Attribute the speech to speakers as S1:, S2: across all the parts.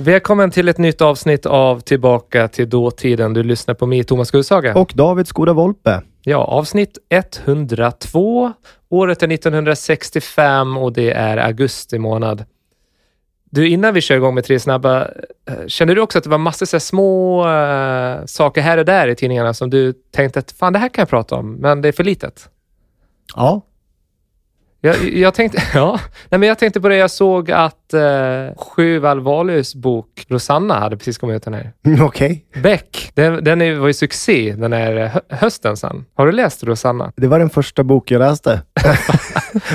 S1: Välkommen till ett nytt avsnitt av Tillbaka till dåtiden. Du lyssnar på mig, Thomas Gullshaga.
S2: Och David Skoda Volpe.
S1: Ja, avsnitt 102. Året är 1965 och det är augusti månad. Du, innan vi kör igång med tre snabba, eh, kände du också att det var massor så här små eh, saker här och där i tidningarna som du tänkte att fan, det här kan jag prata om, men det är för litet?
S2: Ja.
S1: Jag, jag, tänkte, ja. Nej, men jag tänkte på det, jag såg att eh, Sjöwall Wahlöös bok Rosanna hade precis kommit ut den här.
S2: Mm, Okej.
S1: Beck, den, den är, var ju succé den här eh, hö- hösten sen. Har du läst Rosanna?
S2: Det var den första bok jag läste.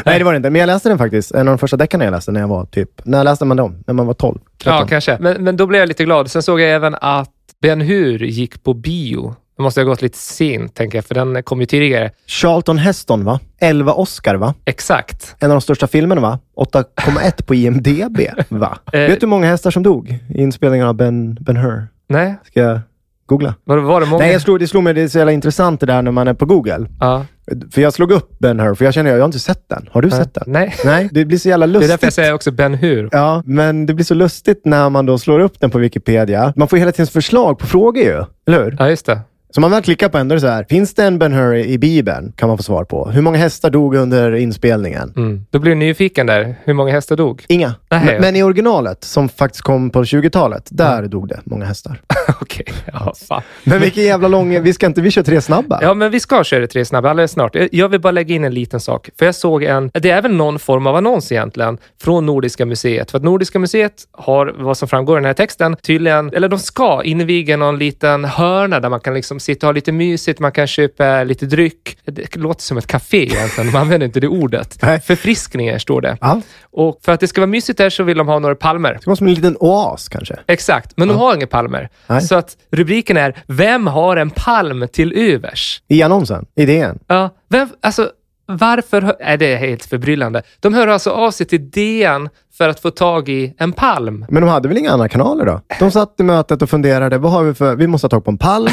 S2: Nej, det var det inte. Men jag läste den faktiskt. En av de första deckarna jag läste när jag var typ... När läste man dem? När man var 12? 13?
S1: Ja, kanske. Men, men då blev jag lite glad. Sen såg jag även att Ben Hur gick på bio. Det måste ha gått lite sent, tänker jag, för den kom ju tidigare.
S2: Charlton Heston, va? 11 Oscar, va?
S1: Exakt.
S2: En av de största filmerna, va? 8,1 på IMDB, va?
S1: Eh.
S2: Vet du hur många hästar som dog i inspelningen av Ben, ben Hur?
S1: Nej,
S2: Ska jag googla?
S1: var, var det många?
S2: Nej, jag slog, det slog mig. Det är så jävla intressant det där när man är på Google.
S1: ja.
S2: För jag slog upp Ben Hur, för jag känner jag har inte sett den. Har du sett den?
S1: Nej.
S2: Nej, det blir så jävla
S1: Det är
S2: lustigt.
S1: därför jag säger också Ben Hur.
S2: Ja, men det blir så lustigt när man då slår upp den på Wikipedia. Man får ju hela tiden förslag på frågor ju, eller hur?
S1: Ja, just det.
S2: Så man väl klickar på en, då är det så här. Finns det en Ben Hur i Bibeln? Kan man få svar på. Hur många hästar dog under inspelningen?
S1: Mm. Då blir du nyfiken där, hur många hästar dog.
S2: Inga.
S1: Nej.
S2: men, men i originalet, som faktiskt kom på 20-talet, där dog det många hästar.
S1: Okej, ja, fan.
S2: Men vilken jävla lång... Vi ska inte... Vi kör tre snabba.
S1: Ja, men vi ska köra tre snabba alldeles snart. Jag- Jag vill bara lägga in en liten sak. För jag såg en, det är väl någon form av annons egentligen, från Nordiska museet. För att Nordiska museet har, vad som framgår i den här texten, tydligen, eller de ska inviga någon liten hörna där man kan liksom sitta och ha lite mysigt, man kan köpa lite dryck. Det låter som ett café egentligen, man använder inte det ordet.
S2: Nej.
S1: Förfriskningar står det.
S2: Ja.
S1: Och för att det ska vara mysigt där så vill de ha några palmer.
S2: Det var som en liten oas kanske.
S1: Exakt, men de har inga palmer.
S2: Nej.
S1: Så att rubriken är “Vem har en palm till övers?”
S2: I annonsen. Idén.
S1: Ja, vem, alltså, varför... hö- Nej, det är helt förbryllande. De hör alltså av sig till DN för att få tag i en palm.
S2: Men de hade väl inga andra kanaler då? De satt i mötet och funderade. Vad har vi för... Vi måste ha tag på en palm.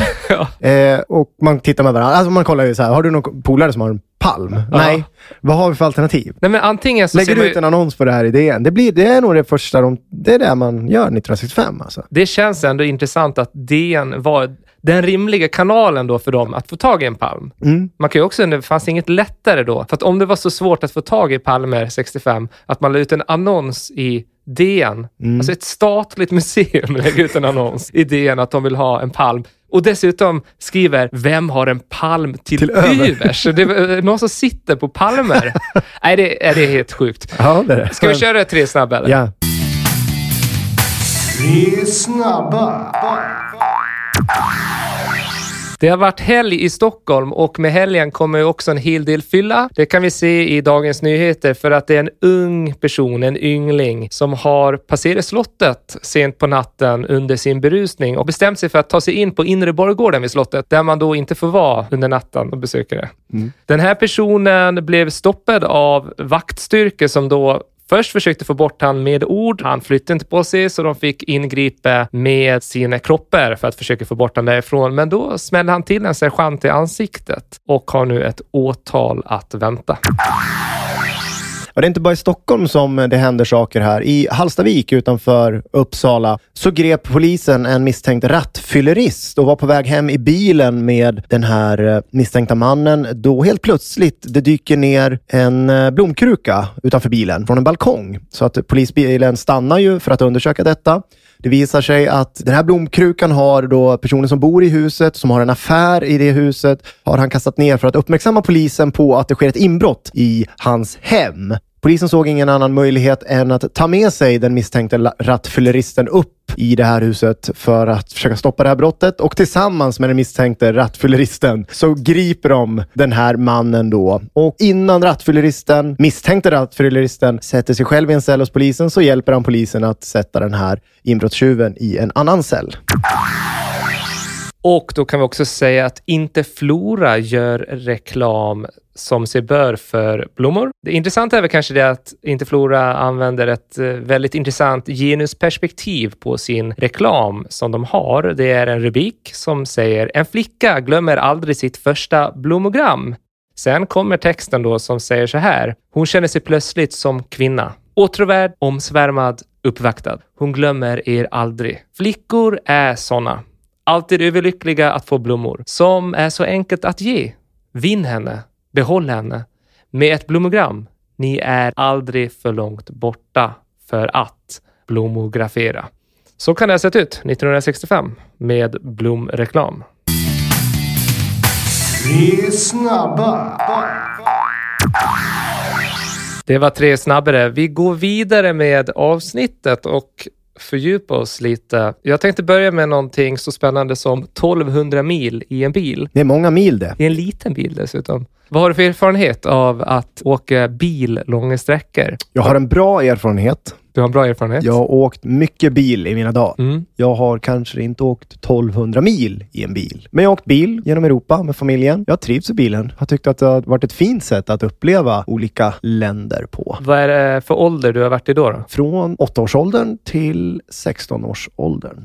S2: eh, och man tittar med varandra. Alltså man kollar ju så här. Har du någon polare som har en palm? Nej. Vad har vi för alternativ?
S1: Nej, men antingen så ser
S2: Lägger
S1: man
S2: ut
S1: ju,
S2: en annons på det här idén. Det, blir, det är nog det första de... Det är det man gör 1965 alltså.
S1: Det känns ändå intressant att DN var den rimliga kanalen då för dem att få tag i en palm.
S2: Mm.
S1: Man kan ju också undra, fanns det inget lättare då? För att om det var så svårt att få tag i palmer 65, att man la ut en annons i DN.
S2: Mm.
S1: Alltså ett statligt museum lägger ut en annons i DN att de vill ha en palm. Och dessutom skriver, vem har en palm till,
S2: Till över."
S1: övers? Det är eh, någon som sitter på palmer. Nej, det, är det är helt sjukt.
S2: Ja, det är det.
S1: Ska vi köra tre snabba eller?
S2: Ja.
S3: Tre snabba.
S1: Det har varit helg i Stockholm och med helgen kommer ju också en hel del fylla. Det kan vi se i Dagens Nyheter för att det är en ung person, en yngling, som har passerat slottet sent på natten under sin berusning och bestämt sig för att ta sig in på inre borggården vid slottet, där man då inte får vara under natten och besöka det. Den här personen blev stoppad av vaktstyrkor som då Först försökte få bort han med ord. Han flyttade inte på sig, så de fick ingripa med sina kroppar för att försöka få bort honom därifrån. Men då smällde han till en sergeant i ansiktet och har nu ett åtal att vänta.
S2: Och det är inte bara i Stockholm som det händer saker här. I Hallstavik utanför Uppsala så grep polisen en misstänkt rattfyllerist och var på väg hem i bilen med den här eh, misstänkta mannen då helt plötsligt det dyker ner en eh, blomkruka utanför bilen från en balkong. Så att polisbilen stannar ju för att undersöka detta. Det visar sig att den här blomkrukan har då personen som bor i huset, som har en affär i det huset, har han kastat ner för att uppmärksamma polisen på att det sker ett inbrott i hans hem. Polisen såg ingen annan möjlighet än att ta med sig den misstänkte la- rattfylleristen upp i det här huset för att försöka stoppa det här brottet och tillsammans med den misstänkte rattfylleristen så griper de den här mannen då. Och innan rattfylleristen, misstänkte rattfylleristen, sätter sig själv i en cell hos polisen så hjälper han polisen att sätta den här inbrottstjuven i en annan cell.
S1: Och då kan vi också säga att inte Flora gör reklam som sig bör för blommor. Det intressanta är väl kanske det att inte Flora använder ett eh, väldigt intressant genusperspektiv på sin reklam som de har. Det är en rubrik som säger “En flicka glömmer aldrig sitt första blommogram”. Sen kommer texten då som säger så här. Hon känner sig plötsligt som kvinna. Åtråvärd, omsvärmad, uppvaktad. Hon glömmer er aldrig. Flickor är såna. Alltid överlyckliga att få blommor. Som är så enkelt att ge. Vinn henne. Behåll henne. Med ett blommogram. Ni är aldrig för långt borta för att blommografera. Så kan det ha sett ut 1965 med blomreklam. Det var tre snabbare. Vi går vidare med avsnittet och fördjupar oss lite. Jag tänkte börja med någonting så spännande som 1200 mil i en bil.
S2: Det är många mil det.
S1: I en liten bil dessutom. Vad har du för erfarenhet av att åka bil långa sträckor?
S2: Jag har en bra erfarenhet.
S1: Du har en bra erfarenhet?
S2: Jag har åkt mycket bil i mina dagar.
S1: Mm.
S2: Jag har kanske inte åkt 1200 mil i en bil. Men jag har åkt bil genom Europa med familjen. Jag trivs i bilen. Jag tyckte att det har varit ett fint sätt att uppleva olika länder på.
S1: Vad är det för ålder du har varit i då? då?
S2: Från 8-årsåldern till 16-årsåldern.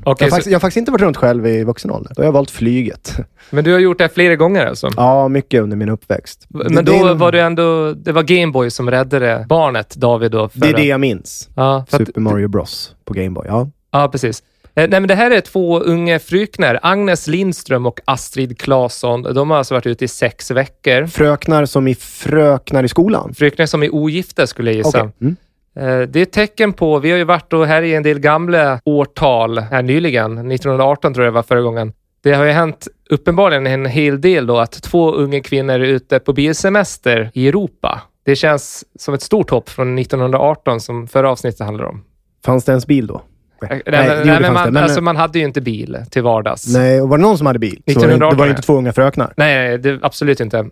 S1: Okej,
S2: jag, har
S1: så-
S2: faktiskt, jag har faktiskt inte varit runt själv i vuxen ålder. Då har jag valt flyget.
S1: Men du har gjort det här flera gånger alltså?
S2: Ja, mycket under min uppväxt.
S1: Men
S2: det, det
S1: då
S2: är-
S1: var du ändå... Det var Gameboy som räddade barnet David då? För
S2: Det är det
S1: att-
S2: jag minns.
S1: Ja, för att
S2: Super Mario Bros på Game Boy. Ja.
S1: Ja, precis. Eh, Nej, men det här är två unga fryknar, Agnes Lindström och Astrid Claesson. De har alltså varit ute i sex veckor.
S2: Fröknar som i Fröknar i skolan.
S1: Fryknar som är ogifta skulle jag gissa.
S2: Okej. Mm.
S1: Eh, Det är ett tecken på, vi har ju varit och här i en del gamla årtal här nyligen, 1918 tror jag det var förra gången. Det har ju hänt uppenbarligen en hel del då att två unga kvinnor är ute på bilsemester i Europa. Det känns som ett stort hopp från 1918 som förra avsnittet handlade om.
S2: Fanns det ens bil då?
S1: Nej,
S2: det
S1: men-
S2: gjorde
S1: nej, men
S2: faktiskt det,
S1: man,
S2: men-
S1: alltså, man hade ju inte bil till vardags.
S2: Nej, och var det någon som hade bil? Så var det, det var
S1: 1918,
S2: ju inte två unga fröknar.
S1: Nej, nej, det, absolut inte.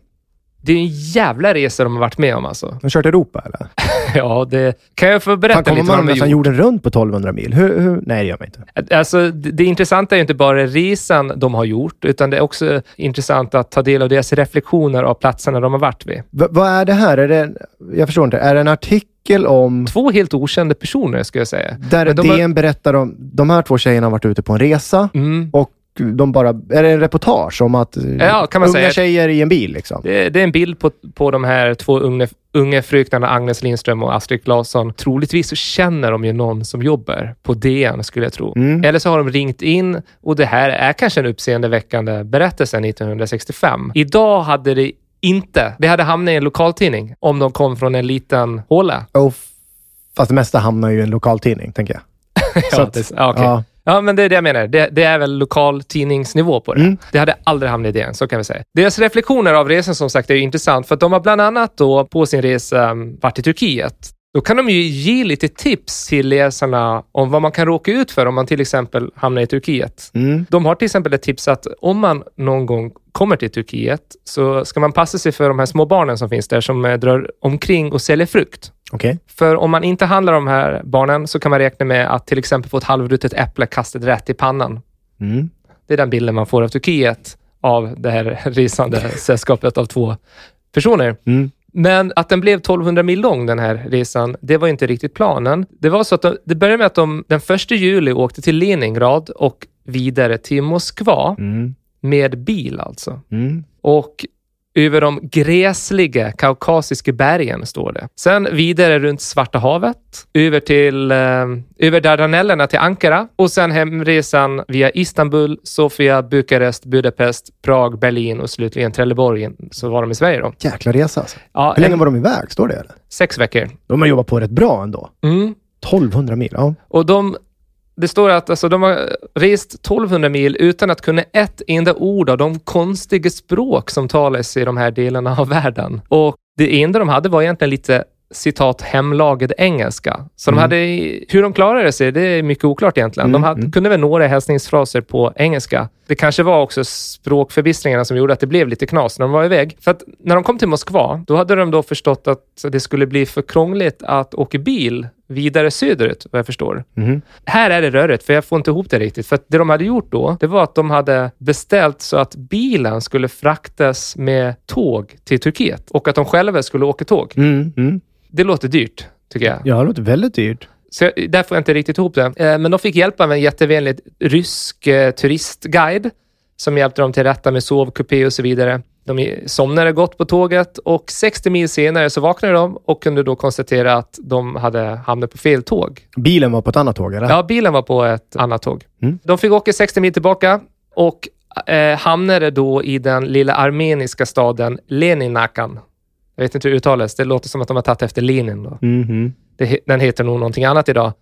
S1: Det är en jävla resa de har varit med om alltså.
S2: De har kört Europa eller?
S1: Ja, det kan jag få berätta
S2: Fan, kommer
S1: lite
S2: man
S1: vad de har
S2: nästan
S1: gjort.
S2: jorden runt på 1200 mil? Hur, hur? Nej, det gör man inte.
S1: Alltså, det, det intressanta är ju inte bara resan de har gjort, utan det är också intressant att ta del av deras reflektioner av platserna de har varit vid.
S2: V- vad är det här? Är det, jag förstår inte. Är det en artikel om...
S1: Två helt okända personer, ska jag säga.
S2: Där
S1: Men de har-
S2: DN berättar om... De här två tjejerna har varit ute på en resa
S1: Mm.
S2: och de bara... Är det en reportage om att... eh,
S1: Ja, kan man
S2: unga
S1: säga.
S2: tjejer i en bil liksom?
S1: Det, det är en bild på, på de här två unga, unga fröknarna Agnes Lindström och Astrid Claesson. Troligtvis så känner de ju någon som jobbar på DN, skulle jag tro.
S2: Mm.
S1: Eller så har de ringt in och det här är kanske en uppseendeväckande berättelse 1965. Idag hade det inte... Det hade hamnat i en lokaltidning om de kom från en liten håla.
S2: Och f- fast det mesta hamnar ju i en lokaltidning, tänker jag. Så
S1: ja,
S2: att-
S1: det, ja, okej.
S2: ja.
S1: ja, men det är det jag menar. Det, det är väl lokaltidningsnivå på det.
S2: Mm.
S1: Det hade aldrig hamnat i DN, så kan vi säga. Deras reflektioner av resan som sagt är ju intressant för att de har bland annat då på sin resa mm, varit i Turkiet. Då kan de ju ge lite tips till läsarna om vad man kan råka ut för om man till exempel hamnar i Turkiet.
S2: Mm.
S1: De har till exempel ett tips att om man någon gång kommer till Turkiet så ska man passa sig för de här små barnen som finns där som eh, drar omkring och säljer frukt.
S2: Okej.
S1: För om man inte handlar de här barnen så kan man räkna med att till exempel få ett halvrutet äpple kastat rätt i pannan.
S2: Mm.
S1: Det är den bilden man får av Turkiet av det här resande sällskapet av två personer.
S2: Mm.
S1: Men att den blev 1200 mil lång, den här resan, det var ju inte riktigt planen. Det var så att de, det började med att de den 1 juli åkte till Leningrad och vidare till Moskva
S2: Mm.
S1: med bil alltså.
S2: Mm.
S1: Och över de gräsliga kaukasiska bergen står det. Sen vidare runt Svarta havet, över till eh, över Dardanellerna till Ankara och sen hemresan via Istanbul, Sofia, Bukarest, Budapest, Prag, Berlin och slutligen Trelleborg. Så var de i Sverige då.
S2: Jäkla resa alltså.
S1: Ja,
S2: Hur länge
S1: en-
S2: var de iväg? Står det? Eller?
S1: Sex veckor.
S2: De har jobbat på rätt bra ändå.
S1: Mm.
S2: 1200 mil. Ja.
S1: Och de, det står att alltså, de har rest 1200 mil utan att kunna ett enda ord av de konstiga språk som talas i de här delarna av världen. Och det enda de hade var egentligen lite citat hemlagad engelska. Så de
S2: Mm.
S1: hade, hur de klarade sig, det är mycket oklart egentligen.
S2: Mm,
S1: De hade,
S2: mm.
S1: kunde väl några hälsningsfraser på engelska. Det kanske var också språkförbistringarna som gjorde att det blev lite knas när de var iväg. För att när de kom till Moskva, då hade de då förstått att det skulle bli för krångligt att åka bil vidare söderut, vad jag förstår.
S2: Mhm.
S1: Här är det rörigt, för jag får inte ihop det riktigt. För att det de hade gjort då, det var att de hade beställt så att bilen skulle fraktas med tåg till Turkiet och att de själva skulle åka tåg.
S2: Mm. Mm.
S1: Det låter dyrt, tycker jag.
S2: Ja, det låter väldigt dyrt.
S1: Så jag, där får jag inte riktigt ihop det. Eh, Men de fick hjälp av en jättevänlig rysk eh, turistguide som hjälpte dem till rätta med sovkupé och så vidare. De i- somnade gott på tåget och 60 mil senare så vaknade de och kunde då konstatera att de hade hamnat på fel tåg.
S2: Bilen var på ett annat tåg, eller?
S1: Ja, bilen var på ett annat tåg.
S2: Mm.
S1: De fick åka 60 mil tillbaka och eh, hamnade då i den lilla armeniska staden Leninakan. Jag vet inte hur det uttalas. Det låter som att de har tagit efter Lenin. Då.
S2: Mhm.
S1: Det, he- den heter nog någonting annat idag.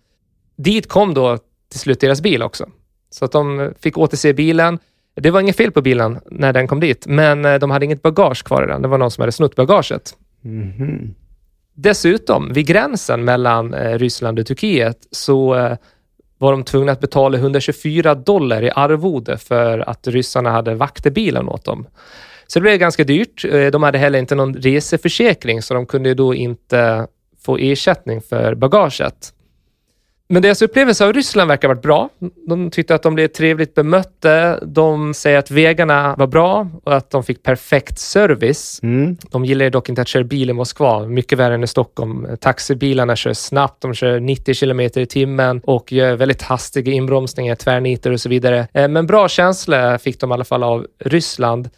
S1: Dit kom då till slut deras bil också. Så att de fick återse bilen. Det var inget fel på bilen när den kom dit, men eh, de hade inget bagage kvar i den. Det var någon som hade snott bagaget.
S2: Mhm.
S1: Dessutom, vid gränsen mellan eh, Ryssland och Turkiet så eh, var de tvungna att betala 124 dollar i arvode för att ryssarna hade vaktebilen åt dem. Så det blev ganska dyrt. Eh, De hade heller inte någon reseförsäkring, så de kunde ju då inte få ersättning för bagaget. Men deras upplevelse av Ryssland verkar ha varit bra. De tyckte att de blev trevligt bemötte. De säger att vägarna var bra och att de fick perfekt service.
S2: Mm.
S1: De gillar ju dock inte att köra bil i Moskva, mycket värre än i Stockholm. Taxibilarna kör snabbt, de kör 90 kilometer i timmen och gör väldigt hastiga inbromsningar, tvärnitar och så vidare. Eh, Men bra känsla fick de i alla fall av Ryssland.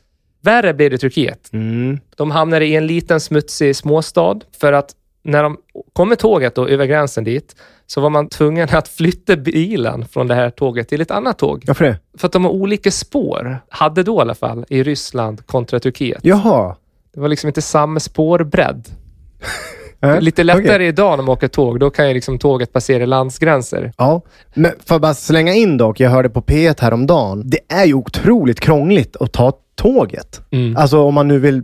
S1: Värre blev det i Turkiet.
S2: Mm.
S1: De hamnade i en liten smutsig småstad för att när de kom med tåget då, över gränsen dit så var man tvungen att flytta bilen från det här tåget till ett annat tåg.
S2: Varför det?
S1: För att de har olika spår, hade då i alla fall, i Ryssland kontra Turkiet.
S2: Jaha.
S1: Det var liksom inte samma spårbredd.
S2: Äh,
S1: Lite lättare
S2: okej.
S1: idag när man åker tåg. Då kan ju liksom tåget passera landsgränser.
S2: Ja, men för att bara slänga in dock, jag hörde på P1 häromdagen. Det är ju otroligt krångligt att ta tåget.
S1: Mm.
S2: Alltså om man nu vill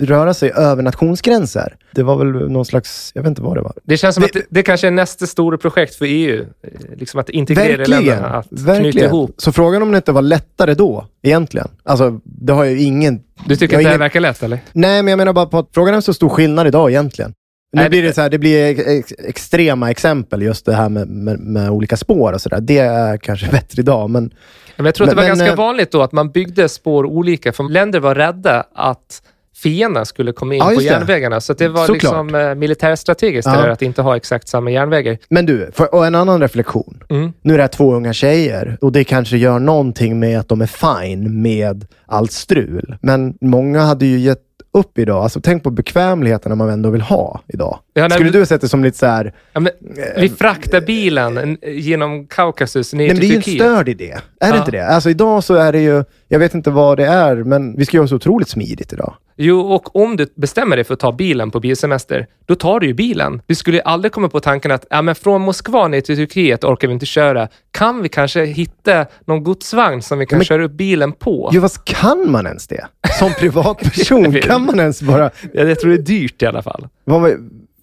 S2: röra sig över nationsgränser. Det var väl någon slags, jag vet inte vad det var.
S1: Det känns som
S2: Det-
S1: att det, det kanske är nästa stora projekt för EU. Eh, Liksom att integrera länderna, att knyta ihop.
S2: Så frågan om det inte var lättare då, egentligen. Alltså, det har ju ingen...
S1: Du tycker
S2: jag
S1: att
S2: har
S1: det här
S2: ingen-
S1: verkar lätt, eller?
S2: Nej, men jag menar bara på att frågan är så stor skillnad idag egentligen. Nu
S1: Nej,
S2: blir
S1: det-
S2: det, så här, det blir ex- ex- extrema exempel, just det här med, med, med olika spår och sådär. Det är kanske bättre idag, men
S1: Men jag tror att det var
S2: Men- men,
S1: ganska
S2: eh,
S1: vanligt då att man byggde spår olika, för länder var rädda att fienden skulle komma in
S2: Ja,
S1: på
S2: just det.
S1: järnvägarna. Så att det var
S2: Såklart.
S1: liksom eh, militärstrategiskt det
S2: Ja.
S1: där att inte ha exakt samma järnvägar.
S2: Men du, för, och en annan reflektion.
S1: Mm.
S2: Nu är det här två unga tjejer och det kanske gör någonting med att de är fine med allt strul. Men många hade ju gett upp idag. Alltså, tänk på bekvämligheten man ändå vill ha idag.
S1: Ja, nej,
S2: Skulle
S1: men-
S2: du ha sett det som lite så här... Nej,
S1: Ja, men, vi fraktar bilen eh, genom Kaukasus ner
S2: Eh, men det är
S1: till
S2: ju en
S1: Turkiet.
S2: störd idé. Är det
S1: Ja.
S2: inte det? Alltså idag så är det ju... Jag vet inte vad det är, men vi ska göra så otroligt smidigt idag.
S1: Jo, och om du bestämmer dig för att ta bilen på bilsemester, då tar du ju bilen. Du skulle ju aldrig komma på tanken att ja, men från Moskva ner till Turkiet orkar vi inte köra. Kan vi kanske hitta någon godsvagn som vi kan
S2: Men-
S1: köra upp bilen på?
S2: Jo, vad kan man ens det? Som privatperson, kan man ens bara...
S1: Jag, jag tror det är dyrt i alla fall.
S2: Vad,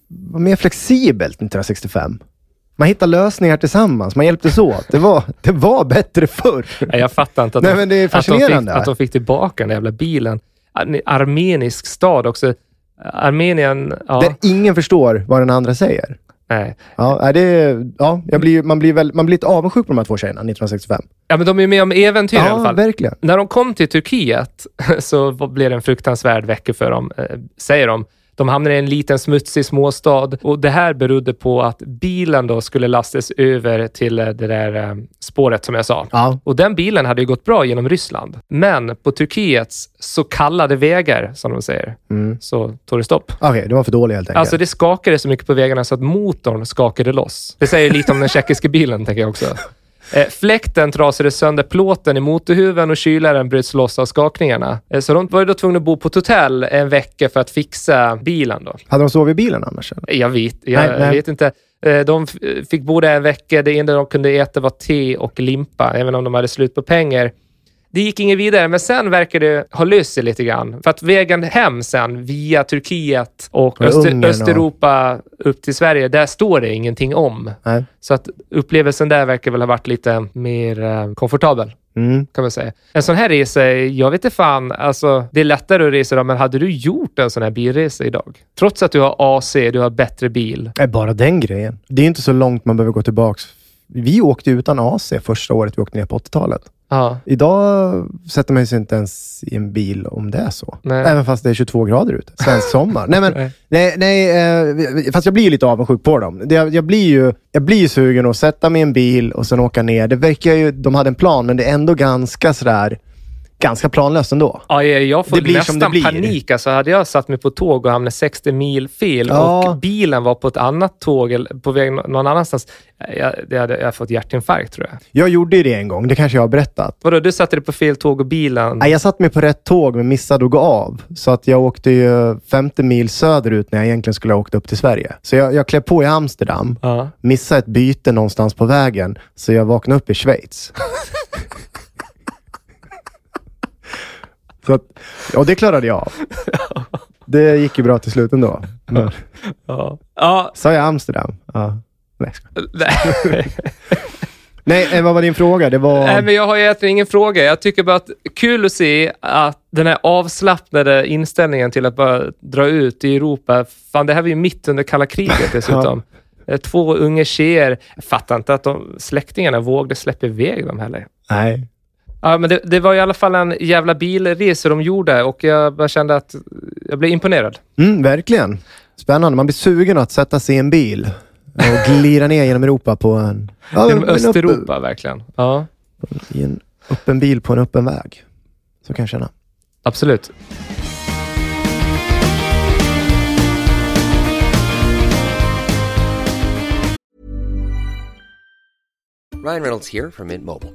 S2: var mer flexibelt 1965. Man hittade lösningar tillsammans. Man hjälptes åt. Det var, det var bättre förr.
S1: Nej, jag fattar inte att,
S2: Nej,
S1: de,
S2: men det är
S1: att, de fick,
S2: fascinerande.
S1: att de fick tillbaka den där jävla bilen. Ar- Armenisk stad också. Armenien, ja.
S2: Där ingen förstår vad den andra säger.
S1: Nej.
S2: Ja, är det, ja jag blir, ju- man, blir väl, man blir lite avundsjuk på de här två tjejerna 1965.
S1: ja, men de är med om äventyr i alla
S2: Ja,
S1: fall.
S2: verkligen.
S1: När de kom till Turkiet så blev det en fruktansvärd vecka för dem, eh, säger de. De hamnade i en liten smutsig småstad och det här berodde på att bilen då skulle lastas över till eh, det där eh, spåret som jag sa.
S2: Ja.
S1: Och den bilen hade ju gått bra genom Ryssland. Men på Turkiets så kallade vägar, som de säger, så tog det stopp.
S2: Okej, de var för dåliga helt enkelt.
S1: Alltså det skakade så mycket på vägarna så att motorn skakade loss. Det säger lite om den tjeckiska bilen, tänker jag också. Eh, fläkten trasade sönder plåten i motorhuven och kylaren bröts loss av skakningarna. Eh, så de var ju då tvungna att bo på ett hotell en vecka för att fixa bilen. Då.
S2: Hade de sovit i bilen annars? Eller?
S1: Jag vet, jag
S2: Nej, nej.
S1: vet inte. Eh, De f- fick bo där en vecka. Det enda de kunde äta var te och limpa, även om de hade slut på pengar. Det gick inget vidare, men sen verkar det ha löst sig lite grann. För att vägen hem sen, via Turkiet och
S2: Och Ungern
S1: Öster,
S2: och-
S1: Östeuropa upp till Sverige, där står det ingenting om.
S2: Nej.
S1: Så att upplevelsen där verkar väl ha varit lite mer eh, komfortabel
S2: Mm.
S1: kan man säga. En sån här resa, är- jag vet inte fan, alltså det är lättare att resa idag, men hade du gjort en sån här bilresa idag? Trots att du har AC, du har bättre bil.
S2: Nej, Bara den grejen. Det är ju inte så långt man behöver gå tillbaka. Vi åkte utan AC första året vi åkte ner på 80-talet.
S1: Ja.
S2: Idag sätter man sig inte ens i en bil om det är så.
S1: Nej.
S2: Även fast det är 22 grader ute. Svensk sommar. nej, men,
S1: Nej.
S2: nej, nej, eh, fast jag blir ju lite avundsjuk på dem. Det- Jag, jag, blir ju, jag blir ju sugen att sätta mig i en bil och sen åka ner. Det verkar ju, de hade en plan, men det är ändå ganska sådär, ganska planlöst ändå.
S1: Ja, jag- jag får
S2: Det blir som det
S1: nästan
S2: blir.
S1: panik. Alltså, hade jag satt mig på tåg och hamnat 60 mil fel
S2: Ja.
S1: och bilen var på ett annat tåg eller på väg nå- någon annanstans, eh, jag, det hade, jag hade fått hjärtinfarkt tror jag.
S2: Jag gjorde ju det en gång, det kanske jag har berättat.
S1: Vadå, du satte dig på fel tåg och bilen...
S2: Nej, jag satt mig på rätt tåg men missade att gå av. Så att jag åkte ju 50 mil söderut när jag egentligen skulle ha åkt upp till Sverige. Så jag, jag klev på i Amsterdam,
S1: Ja.
S2: missade ett byte någonstans på vägen, så jag vaknade upp i Schweiz. så att, ja, det klarade jag av. Det gick ju bra till slut ändå. Men,
S1: Ja. ja.
S2: sa jag Amsterdam? Ja. Nej, jag skojar.
S1: Nej.
S2: Nej, eh, vad var din fråga? Det var...
S1: Nej, men jag har ju egentligen ingen fråga. Jag tycker bara att kul att se att den här avslappnade inställningen till att bara dra ut i Europa. Fan, det här var ju mitt under kalla kriget dessutom. Eh, Två unga tjejer. Jag fattar inte att de, släktingarna vågade släppa iväg dem heller.
S2: Nej.
S1: Ja, men det, det var i alla fall en jävla bilresa de gjorde och jag bara kände att jag blev imponerad.
S2: Mm, verkligen. Spännande. Man blir sugen att sätta sig i en bil och glida ner genom Europa på en... Ja,
S1: Genom
S2: men upp-
S1: Östeuropa, verkligen. Ja,
S2: I en öppen bil på en öppen väg. Så kan jag känna.
S1: absolut.
S4: Ryan Reynolds here from Mint Mobile.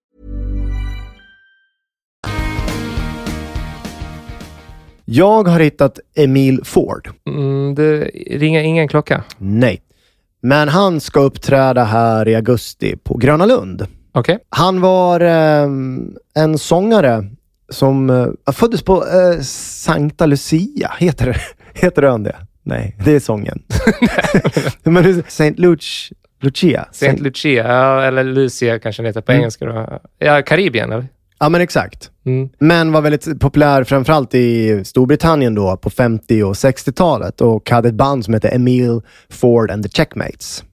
S2: Jag har hittat Emil Ford.
S1: Mm, det ringer ingen klocka.
S2: Nej. Men han ska uppträda här i augusti på Gröna Lund.
S1: Okej.
S2: Han var eh, en sångare som eh, föddes på eh, Sankta Lucia. Heter, det- heter ön det? Nej, det är sången. Men det är Saint Luch, Lucia.
S1: Saint
S2: Saint,
S1: Lucia, ja, eller Lucia kanske den heter på engelska. Då. Ja, Karibien, eller?
S2: ja, men exakt.
S1: Mm.
S2: Men var väldigt populär framförallt i Storbritannien då på 50 och 60-talet och hade ett band som hette Emil Ford and the Checkmates.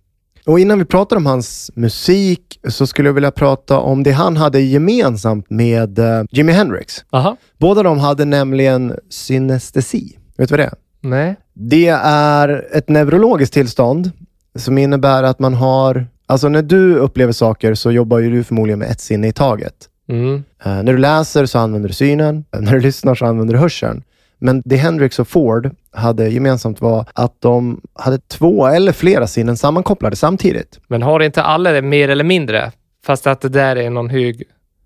S2: Och innan vi pratar om hans musik så skulle jag vilja prata om det han hade gemensamt med eh, Jimi Hendrix.
S1: Aha.
S2: Båda de hade nämligen synestesi. Vet du vad det är?
S1: Nej.
S2: Det är ett neurologiskt tillstånd som innebär att man har... Alltså när du upplever saker så jobbar ju du förmodligen med ett sinne i taget.
S1: Mm.
S2: Eh, när du läser så använder du synen. Eh, när du lyssnar så använder du hörseln. Men det Hendrix och Ford hade gemensamt var att de hade två eller flera sinnen sammankopplade samtidigt.
S1: Men har inte alla det mer eller mindre? Fast att det där är någon hög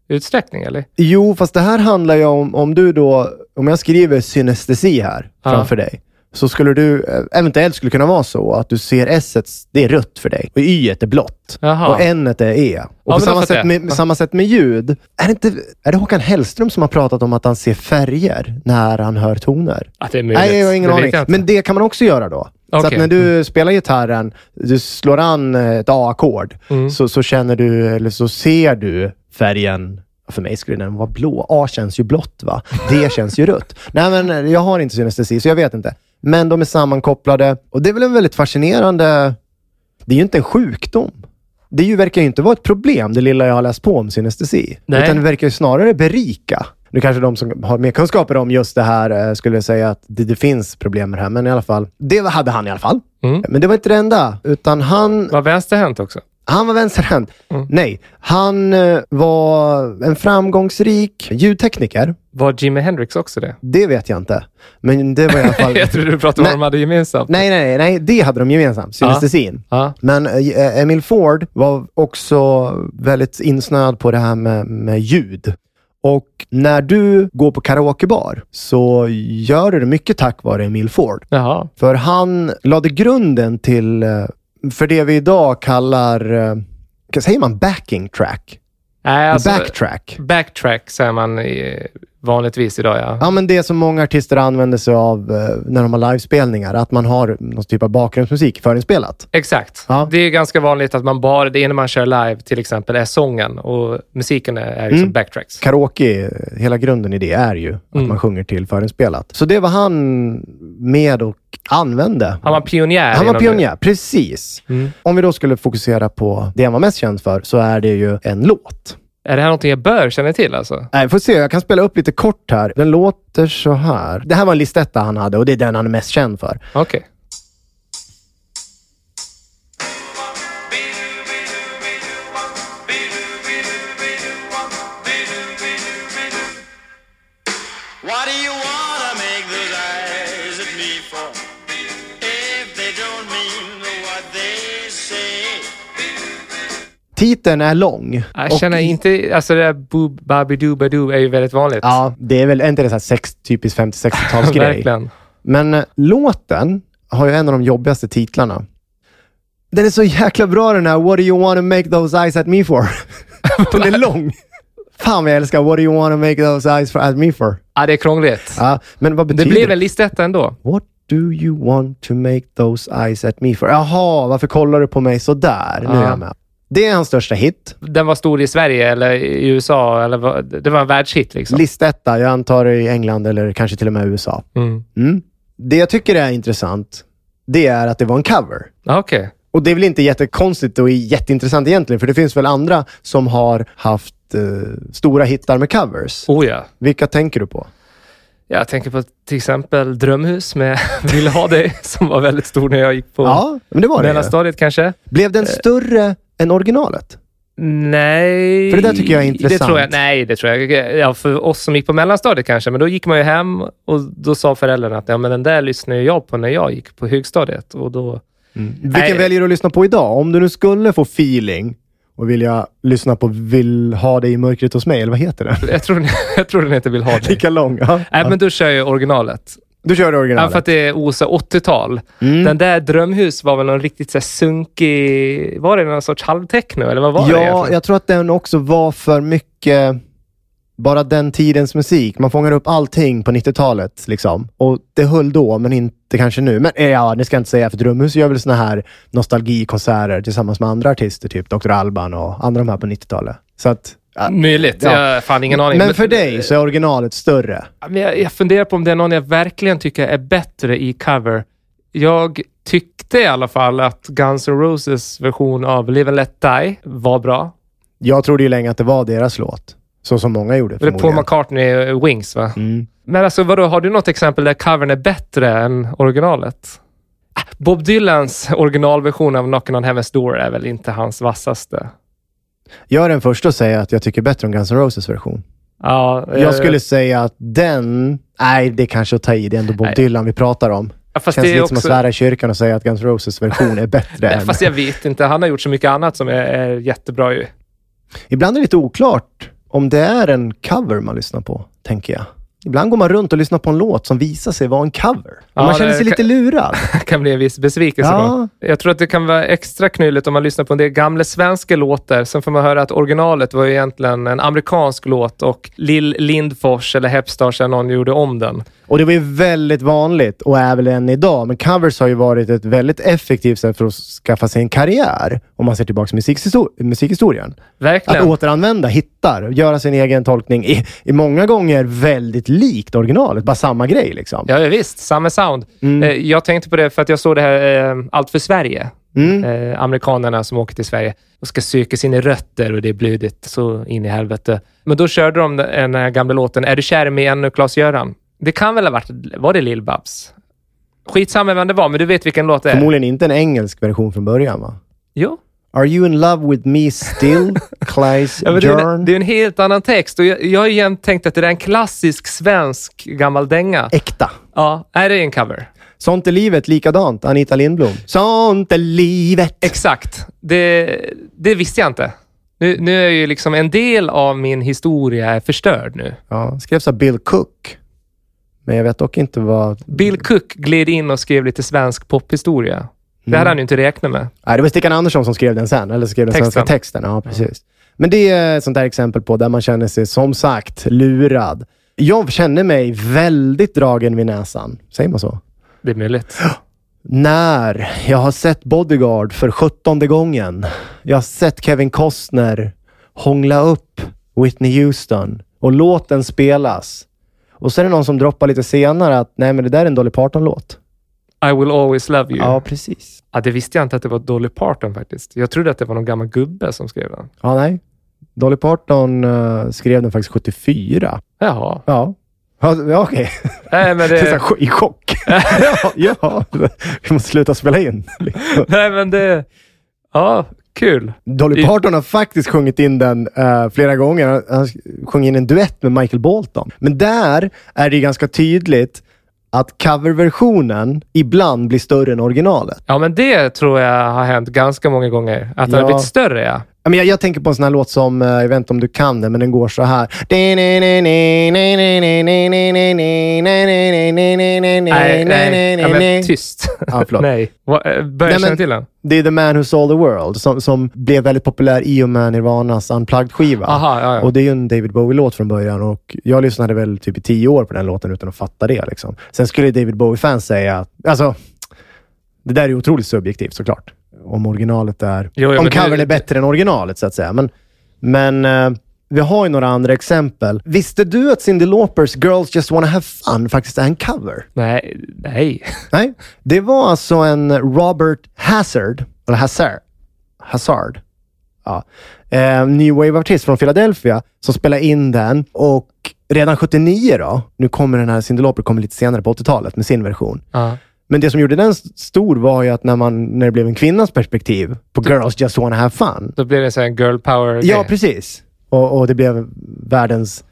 S1: utsträckning, eller?
S2: Jo, fast det här handlar ju om, om du då, om jag skriver synestesi här
S1: Ja.
S2: framför dig, så skulle du, eh, eventuellt skulle kunna vara så att du ser S, det är rött för dig och Y är blått.
S1: Jaha.
S2: Och N är E.
S1: men
S2: Och på
S1: då
S2: samma
S1: fattar
S2: sätt,
S1: jag.
S2: med,
S1: Ja.
S2: samma sätt med ljud. Är det, inte, är det Håkan Hellström som har pratat om att han ser färger när han hör toner?
S1: Att det är möjligt.
S2: Nej, jag har ingen
S1: Det vet
S2: aning.
S1: jag inte.
S2: Men det kan man också göra då. Så att
S1: Okej. Mm.
S2: när du spelar gitarren, du slår an eh, ett A-ackord,
S1: Mm.
S2: så, så känner du, eller så ser du färgen. För mig skulle den vara blå. A känns ju blått, va? D känns ju rött. Nej, men eh, jag har inte synestesi, så jag vet inte. Men de är sammankopplade och det är väl en väldigt fascinerande... Det är ju inte en sjukdom. Det ju verkar ju inte vara ett problem, det lilla jag har läst på om synestesi.
S1: Nej.
S2: Utan det verkar ju snarare berika. Nu kanske de som har mer kunskaper om just det här eh, skulle säga att det, det finns problem med det här, men i alla fall. Det hade han i alla fall.
S1: Mm.
S2: Men det var inte det enda, utan han,
S1: Var vänsterhänt också?
S2: han var vänsterhänt.
S1: Mm.
S2: Nej, han eh, var en framgångsrik ljudtekniker.
S1: Var Jimi Hendrix också det?
S2: Det vet jag inte, men det var i alla fall...
S1: Jag trodde du pratade om vad
S2: Nej.
S1: de hade gemensamt.
S2: Nej, nej, nej, nej, det hade de gemensamt. Synestesin.
S1: Ja.
S2: Men eh, Emil Ford var också väldigt insnöad på det här med, med ljud. Och när du går på karaokebar så gör du det mycket tack vare Emil Ford.
S1: Jaha.
S2: För han lade grunden till, eh, för det vi idag kallar, eh, vad säger man backing track?
S1: Nej, alltså,
S2: Backtrack?
S1: Backtrack säger man i, vanligtvis idag, ja.
S2: Ja, men det som många artister använder sig av eh, när de har livespelningar. Att man har någon typ av bakgrundsmusik förinspelat.
S1: Exakt.
S2: Ja.
S1: Det är ganska vanligt att man bara, det ena man kör live till exempel, är sången och musiken är, är liksom
S2: Mm.
S1: backtracks.
S2: karaoke, hela grunden i det är ju att
S1: Mm.
S2: man sjunger till förinspelat. Så det var han med och använde.
S1: Han var pionjär.
S2: Han var
S1: inom det. Mm.
S2: pionjär, precis. Om vi då skulle fokusera på det han var mest känd för, så är det ju en låt.
S1: Är det här någonting jag bör känna till alltså?
S2: Nej, vi får se. Jag kan spela upp lite kort här. Den låter så här. Det här var en listetta han hade och det är den han är mest känd för.
S1: Okej.
S5: What do you wanna make those eyes at me for? If they don't mean what they say.
S2: Titeln är lång.
S1: Jag känner
S2: Och-
S1: inte... Alltså det där boob babidoo badoo är ju väldigt vanligt.
S2: Ja, det är väl är inte det så här sex, typiskt 50-60-talsgrej.
S1: Verkligen.
S2: Men eh, låten har ju en av de jobbigaste titlarna. Den är så jäkla bra den här What do you wanna make those eyes at me for? den är lång. Fan vad jag älskar What do you wanna make those eyes for, at me for?
S1: Ja, det är krångligt.
S2: Ja, men vad
S1: det
S2: betyder
S1: blev en listetta ändå.
S2: What do you want to make those eyes at me for? Jaha, varför kollar du på mig sådär? Nu är
S1: Ja.
S2: jag med. Det är hans största hit.
S1: Den var stor i Sverige eller i USA. Eller vad- det var en världshit liksom.
S2: Listetta, jag antar i England eller kanske till och med USA.
S1: Mm.
S2: Mm. Det jag tycker är intressant, det är att det var en cover.
S1: Ja, Okej.
S2: Och det är väl inte jättekonstigt och jätteintressant egentligen, för det finns väl andra som har haft eh, stora hittar med covers.
S1: Oh ja.
S2: Vilka tänker du på?
S1: Jag tänker på till exempel Drömhus med Vill ha dig, som var väldigt stor när jag gick på
S2: Ja, men det var det ju.
S1: mellanstadiet kanske.
S2: Blev den större än originalet?
S1: Nej.
S2: För det där tycker jag är intressant.
S1: Det tror jag, nej, det tror jag. Ja, för oss som gick på mellanstadiet kanske, men då gick man ju hem och då sa föräldrarna att ja, men den där lyssnade ju jag på när jag gick på högstadiet. Och då,
S2: Vilken
S1: Nej.
S2: väljer du att lyssna på idag? Om du nu skulle få feeling och vilja lyssna på Vill ha dig i mörkret hos mig, eller vad heter den?
S1: jag, tror, jag tror den inte vill ha det.
S2: Lika lång? Ja.
S1: Nej, men då kör jag originalet.
S2: Du körde
S1: Ja, för
S2: originalet?
S1: att det är OSA 80-tal.
S2: Mm.
S1: Den där Drömhus var väl någon riktigt så här sunkig... Var det någon sorts halvtechno, eller vad var det
S2: ja,
S1: egentligen?
S2: jag tror att den också var för mycket bara den tidens musik. Man fångar upp allting på 90-talet. Liksom. Och det höll då, men inte kanske nu. Men eh, ja, det ska jag inte säga, för Drömhus gör väl såna här nostalgikonserter tillsammans med andra artister, typ Dr. Alban och andra de här på 90-talet. Så att, ja.
S1: Möjligt.
S2: Ja.
S1: Jag har fan Mm, ingen aning.
S2: Men för dig så är originalet större.
S1: Men jag, jag funderar på om det är någon jag verkligen tycker är bättre i cover. Jag tyckte i alla fall att Guns N' Roses version av Live and Let Die var bra.
S2: Jag trodde ju länge att det var deras låt. Så som många gjorde
S1: Det är Paul
S2: förmodligen.
S1: McCartney eh, Wings, va?
S2: Mm.
S1: Men alltså vadå, har du något exempel där covern är bättre än originalet? Ah, Bob Dylans originalversion av Knockin' on Heaven's Door är väl inte hans vassaste?
S2: Jag är den första att säga att jag tycker bättre om Guns N' Roses version.
S1: Ja, eh,
S2: Jag skulle säga att den... Nej, det är kanske att ta i. Det är ändå Bob
S1: Nej.
S2: Dylan vi pratar om.
S1: Ja, eh, fast
S2: Känns
S1: det är
S2: lite
S1: också,
S2: som att svära i kyrkan och säga att Guns N' Roses version är bättre.
S1: Nej,
S2: än.
S1: Fast jag vet inte. Han har gjort så mycket annat som är, är jättebra ju.
S2: Ibland är det lite oklart om det är en cover man lyssnar på, tänker jag. Ibland går man runt och lyssnar på en låt som visar sig vara en cover. Och
S1: Ja,
S2: man känner
S1: det
S2: sig
S1: kan-
S2: lite lurad.
S1: kan bli en viss besvikelse
S2: Ja.
S1: då. Jag tror att det kan vara extra knylligt om man lyssnar på en del gamla svenska låtar. Sen får man höra att originalet var ju egentligen en amerikansk låt och Lill Lindfors eller Hepstars eller någon gjorde om den.
S2: Och det var ju väldigt vanligt och är väl än idag. Men covers har ju varit ett väldigt effektivt sätt för att skaffa sig en karriär. Om man ser tillbaka till musikhistor- musikhistorien. Att
S1: Verkligen.
S2: återanvända hittar, göra sin egen tolkning. I, i många gånger väldigt likt originalet. Bara samma grej liksom.
S1: Ja, ja, visst. Samma sound. Eh, Jag tänkte på det för att jag såg det här eh, Allt för Sverige. Eh, amerikanerna som åker till Sverige och ska söka sina rötter och det är blodigt så in i helvete. Men då körde de den här gamla låten Är du kär i mig ännu, Klas-Göran? Det kan väl ha varit... Var det Lill-Babs? Skitsamma vem det var, men du vet vilken låt det är.
S2: Förmodligen inte en engelsk version från början va?
S1: Jo.
S2: Are you in love with me still, Claes
S1: Ja, men det, är en,
S2: Jörn?
S1: det är en helt annan text och jag, jag har ju jämt tänkt att det är en klassisk svensk gammal dänga.
S2: Äkta.
S1: Ja, är det en cover?
S2: Sånt är livet likadant, Anita Lindblom. Sånt är livet.
S1: Exakt. Det, det visste jag inte. Nu, nu är ju liksom en del av min historia är förstörd nu.
S2: ja, skrevs av Bill Cook. Men jag vet dock inte vad...
S1: Bill Cook gled in och skrev lite svensk pophistoria. Det hade han ju inte räknat med.
S2: Nej, det var Stickan Andersson som skrev den sen, eller skrev den
S1: Texten.
S2: svenska texten. Ja, precis. Men det är ett sånt där exempel på där man känner sig, som sagt, lurad. Jag känner mig väldigt dragen vid näsan, säger man så?
S1: Det är möjligt.
S2: När jag har sett Bodyguard för sjuttonde gången. Jag har sett Kevin Costner hångla upp Whitney Houston och låten spelas. Och så är det någon som droppar lite senare att nej, men det där är en Dolly Parton-låt.
S1: I will always love you.
S2: Ja,
S1: Ja.
S2: precis.
S1: det visste jag inte att det var Dolly Parton faktiskt. Jag trodde att det var någon gammal gubbe som skrev den.
S2: Ja, nej. Dolly Parton eh, skrev den faktiskt 74.
S1: Jaha.
S2: Ja. Ja, ja, okej.
S1: Nej, men
S2: Det är så här
S1: det,
S2: cho- I chock. ja, ja, vi måste sluta spela in.
S1: nej, men det... Ja, kul.
S2: Dolly Parton har faktiskt sjungit in den eh, flera gånger. Han- Han sjöng in en duett med Michael Bolton. Men där är det ju ganska tydligt att coverversionen ibland blir större än originalet.
S1: Ja, men det tror jag har hänt ganska många gånger. Att den
S2: Ja.
S1: har blivit större, ja.
S2: Ja, men Jag, jag tänker på en sån här låt som, eh, jag vet inte om du kan den, men den går så här.
S1: Nej, nej. Ja, men tyst.
S2: Ja, förlåt.
S1: Nej. Va, eh, Börja
S2: Nej,
S1: känna
S2: men-
S1: till den?
S2: Det är The Man Who Sold The World som, som blev väldigt populär i och med Nirvanas Unplugged-skiva.
S1: Aha, ja, ja.
S2: Och det är ju en David Bowie-låt från början och jag lyssnade väl typ i tio år på den låten utan att fatta det. Liksom. Sen skulle David Bowie-fans säga att, alltså, det där är ju otroligt subjektivt såklart. Om originalet är...
S1: Jo, ja,
S2: om
S1: men det-
S2: covern är bättre än originalet så att säga. Men, men eh, vi har ju några andra exempel. Visste du att Cyndi Laupers Girls Just Wanna Have Fun faktiskt är en cover?
S1: Nej, nej.
S2: Nej, det var alltså en Robert Hazard, eller Hazard, Hazard, ja. eh, New Wave-artist från Philadelphia, som spelade in den. Och redan 79 då, nu kommer den här Cyndi Lauper kommer lite senare på 80-talet med sin version.
S1: Ja.
S2: Men det som gjorde den s- stor var ju att när, man, när det blev en kvinnas perspektiv på Girls Just Wanna Have Fun.
S1: Då blir det en sån här girl power
S2: Ja, precis. Och, och det blev världens